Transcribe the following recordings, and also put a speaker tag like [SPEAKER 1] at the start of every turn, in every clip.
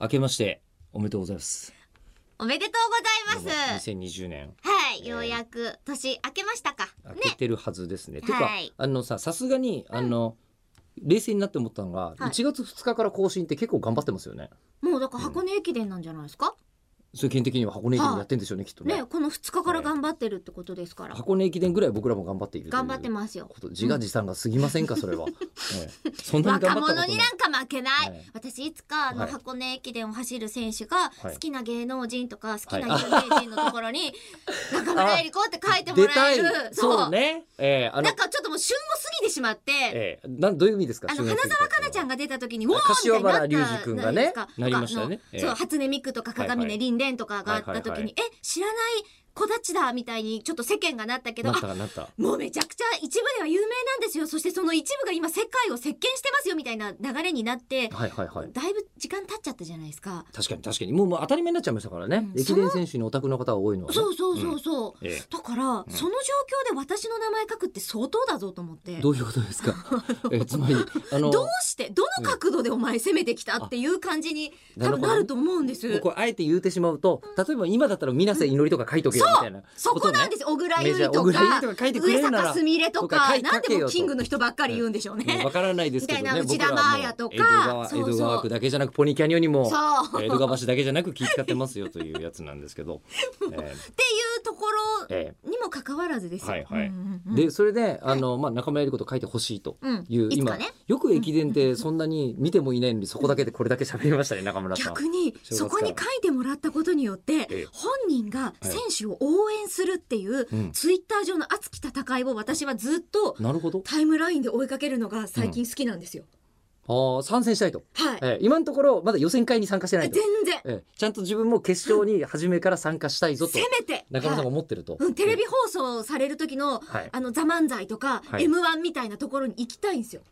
[SPEAKER 1] 明けましておめでとうございます。
[SPEAKER 2] おめでとうございます。
[SPEAKER 1] 2020年
[SPEAKER 2] はい、
[SPEAKER 1] えー
[SPEAKER 2] ようやく年明けましたか。
[SPEAKER 1] 明
[SPEAKER 2] ね。
[SPEAKER 1] けてるはずですね。
[SPEAKER 2] はい
[SPEAKER 1] てかあのささすがにあの、冷静になって思ったのが、
[SPEAKER 2] はい
[SPEAKER 1] 1月2日から更新って結構頑張ってますよね。
[SPEAKER 2] もうだから箱根駅伝なんじゃないですか。
[SPEAKER 1] 世間的には箱根駅伝やってんでしょうね、きっとね
[SPEAKER 2] ね、この2日から頑張ってるってことですから。
[SPEAKER 1] 箱根駅伝ぐらい僕らも頑張っているという
[SPEAKER 2] 頑張ってますよ。
[SPEAKER 1] こと自画自賛が過ぎませんか、それは、ええそんなに頑
[SPEAKER 2] 若
[SPEAKER 1] 張ったことない
[SPEAKER 2] 者になんか負けない、
[SPEAKER 1] はい
[SPEAKER 2] 私いつかあの
[SPEAKER 1] はい
[SPEAKER 2] 箱根駅伝を走る選手が
[SPEAKER 1] はい
[SPEAKER 2] 好きな芸能人とか好きな有名人のところに「 中村江里子」って書いても
[SPEAKER 1] 出
[SPEAKER 2] ら
[SPEAKER 1] た
[SPEAKER 2] え
[SPEAKER 1] い
[SPEAKER 2] る
[SPEAKER 1] そうねええあの
[SPEAKER 2] なんかちょっともう旬を過ぎてしまって、
[SPEAKER 1] ええなんどういう意味ですか
[SPEAKER 2] あの
[SPEAKER 1] 主演
[SPEAKER 2] 花
[SPEAKER 1] する
[SPEAKER 2] 澤香菜ちゃんが出た時に「うおー!」みた
[SPEAKER 1] 柏
[SPEAKER 2] いになった
[SPEAKER 1] 原隆二君がね
[SPEAKER 2] じゃいですか
[SPEAKER 1] なりましたよね
[SPEAKER 2] とかあの
[SPEAKER 1] え
[SPEAKER 2] そう
[SPEAKER 1] え
[SPEAKER 2] 初音ミクとか
[SPEAKER 1] はい
[SPEAKER 2] 鏡
[SPEAKER 1] は
[SPEAKER 2] 音
[SPEAKER 1] い
[SPEAKER 2] 凛々とかがあった時に、
[SPEAKER 1] はいはい
[SPEAKER 2] え知らない子たちだみたいにちょっと世間がなったけど
[SPEAKER 1] なっ
[SPEAKER 2] あ
[SPEAKER 1] たかなった
[SPEAKER 2] もうめちゃくちゃ一部では有名なんですよそしてその一部が今世界を席巻してますよみたいな流れになって、
[SPEAKER 1] はいはいはい
[SPEAKER 2] だいぶ時間経っちゃったじゃないですか。
[SPEAKER 1] 確かに確かにもうもう当たり前になっちゃいましたからね、
[SPEAKER 2] うん
[SPEAKER 1] 駅伝選手にオタクの方が多いのは、ね、
[SPEAKER 2] そうそうそうそう、
[SPEAKER 1] え
[SPEAKER 2] だから、その状況で私の名前書くって相当だぞと思って
[SPEAKER 1] えどういうことですかえつまりあの
[SPEAKER 2] どうしてどの角度でお前攻めてきたっていう感じに
[SPEAKER 1] うん
[SPEAKER 2] 多分
[SPEAKER 1] なるほ
[SPEAKER 2] な
[SPEAKER 1] どね
[SPEAKER 2] ると思うんです。
[SPEAKER 1] もうこれあえて言うてしまうと例えば今だったら水瀬祈りとか書いとけよみたいな
[SPEAKER 2] そ
[SPEAKER 1] こと
[SPEAKER 2] こ
[SPEAKER 1] ね
[SPEAKER 2] なんですよ小倉
[SPEAKER 1] メ
[SPEAKER 2] 優
[SPEAKER 1] ジャー
[SPEAKER 2] 衣と
[SPEAKER 1] 小倉
[SPEAKER 2] か
[SPEAKER 1] 優衣とか書いてくれ
[SPEAKER 2] 上
[SPEAKER 1] るなら
[SPEAKER 2] 坂すみれと
[SPEAKER 1] とか書
[SPEAKER 2] か
[SPEAKER 1] い
[SPEAKER 2] なんで
[SPEAKER 1] 書
[SPEAKER 2] もう
[SPEAKER 1] けよと
[SPEAKER 2] キングの人ばっかり言うんでしょう
[SPEAKER 1] ねわ
[SPEAKER 2] ね。
[SPEAKER 1] からないですけど
[SPEAKER 2] みた
[SPEAKER 1] ね
[SPEAKER 2] いな
[SPEAKER 1] 僕ら
[SPEAKER 2] 内田真
[SPEAKER 1] は
[SPEAKER 2] 礼とか
[SPEAKER 1] 江戸川
[SPEAKER 2] そう
[SPEAKER 1] 江
[SPEAKER 2] そう
[SPEAKER 1] 戸川区だけじゃなくポニキャニオにも
[SPEAKER 2] そうっ
[SPEAKER 1] 江戸川橋だけじゃなく気使ってますよというやつなんですけ ど、え
[SPEAKER 2] ていうとこ
[SPEAKER 1] ええ
[SPEAKER 2] ろにもかかわらずですよ。
[SPEAKER 1] はいはい
[SPEAKER 2] うん
[SPEAKER 1] え
[SPEAKER 2] うんうん
[SPEAKER 1] でそれであの、まあ、仲間やること書いてほしいと
[SPEAKER 2] うん
[SPEAKER 1] いう、
[SPEAKER 2] いつかね
[SPEAKER 1] よく駅伝ってそんなに見てもいないのにそこだけでこれだけ喋りましたね中村さん。
[SPEAKER 2] 逆
[SPEAKER 1] 正
[SPEAKER 2] に
[SPEAKER 1] 月か
[SPEAKER 2] そ
[SPEAKER 1] ら
[SPEAKER 2] こに書いてもらったことによって
[SPEAKER 1] ええ
[SPEAKER 2] 本人が選手を応援するっていう
[SPEAKER 1] うん
[SPEAKER 2] ツイッター上の熱き戦いを私はずっと
[SPEAKER 1] なるほ ど
[SPEAKER 2] タイムラインで追いかけるのが最近好きなんですよ。
[SPEAKER 1] ああ参戦したいと、
[SPEAKER 2] はい。
[SPEAKER 1] ええ今のところまだ予選会に参加してない
[SPEAKER 2] 全
[SPEAKER 1] と、
[SPEAKER 2] 然
[SPEAKER 1] ええちゃんと自分も決勝に初めから参加したいぞと
[SPEAKER 2] せめて
[SPEAKER 1] 中村さんが
[SPEAKER 2] はい
[SPEAKER 1] 思ってると、
[SPEAKER 2] うんテレビ放送される時の
[SPEAKER 1] はい
[SPEAKER 2] あの「ザ漫才とか「
[SPEAKER 1] はい
[SPEAKER 2] m 1みたいなところに行きたいんですよ。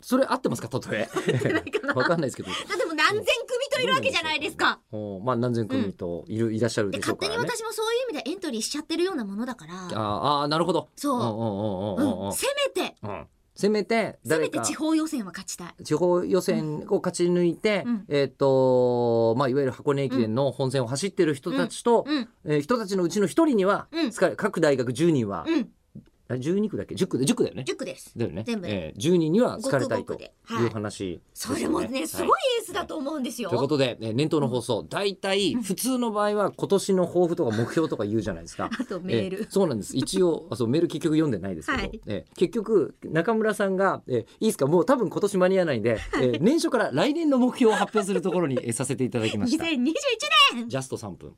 [SPEAKER 1] それ合ってます か例えわかんないですけど
[SPEAKER 2] だってもう何千組といるわけじゃないですか。
[SPEAKER 1] おまあ何千組といる、いらっしゃる
[SPEAKER 2] で
[SPEAKER 1] でしょ
[SPEAKER 2] 勝
[SPEAKER 1] うか
[SPEAKER 2] 手に
[SPEAKER 1] らね
[SPEAKER 2] 私もそういう意味でエントリーしちゃってるようなものだから、
[SPEAKER 1] あーあーなるほど
[SPEAKER 2] そうん
[SPEAKER 1] うん
[SPEAKER 2] う
[SPEAKER 1] うんうんうん
[SPEAKER 2] ん、せめて
[SPEAKER 1] うんせめて
[SPEAKER 2] せめ
[SPEAKER 1] 誰
[SPEAKER 2] て
[SPEAKER 1] か
[SPEAKER 2] 地方予選は勝ちたい。
[SPEAKER 1] 地方予選を勝ち抜いて、
[SPEAKER 2] うん
[SPEAKER 1] えっ、とまあいわゆる箱根駅伝の本線を走ってる人たちと、
[SPEAKER 2] うん
[SPEAKER 1] えー人たちのうちの一人には、
[SPEAKER 2] うん
[SPEAKER 1] つか各大学10人は、
[SPEAKER 2] うん、
[SPEAKER 1] あ12区だっけ10区で10区だよね
[SPEAKER 2] 塾です。
[SPEAKER 1] だよね
[SPEAKER 2] 全部
[SPEAKER 1] えー10人には好かれたい
[SPEAKER 2] ご
[SPEAKER 1] と
[SPEAKER 2] くごく
[SPEAKER 1] い
[SPEAKER 2] ではいう
[SPEAKER 1] 話です
[SPEAKER 2] そ
[SPEAKER 1] よ
[SPEAKER 2] れもねすごい
[SPEAKER 1] は
[SPEAKER 2] エースだと思うんですよ。
[SPEAKER 1] ということで、えー年頭の放送、大体普通の場合は今年の抱負とか目標とか言うじゃないですか。
[SPEAKER 2] あとメール、
[SPEAKER 1] えそうなんです一応あそうメール結局読んでないですけど、
[SPEAKER 2] はい
[SPEAKER 1] え結局中村さんが、えいいですかもう多分今年間に合わないんで、え 年初から来年の目標を発表するところにえさせていただきました
[SPEAKER 2] 2021年
[SPEAKER 1] ジャスト3分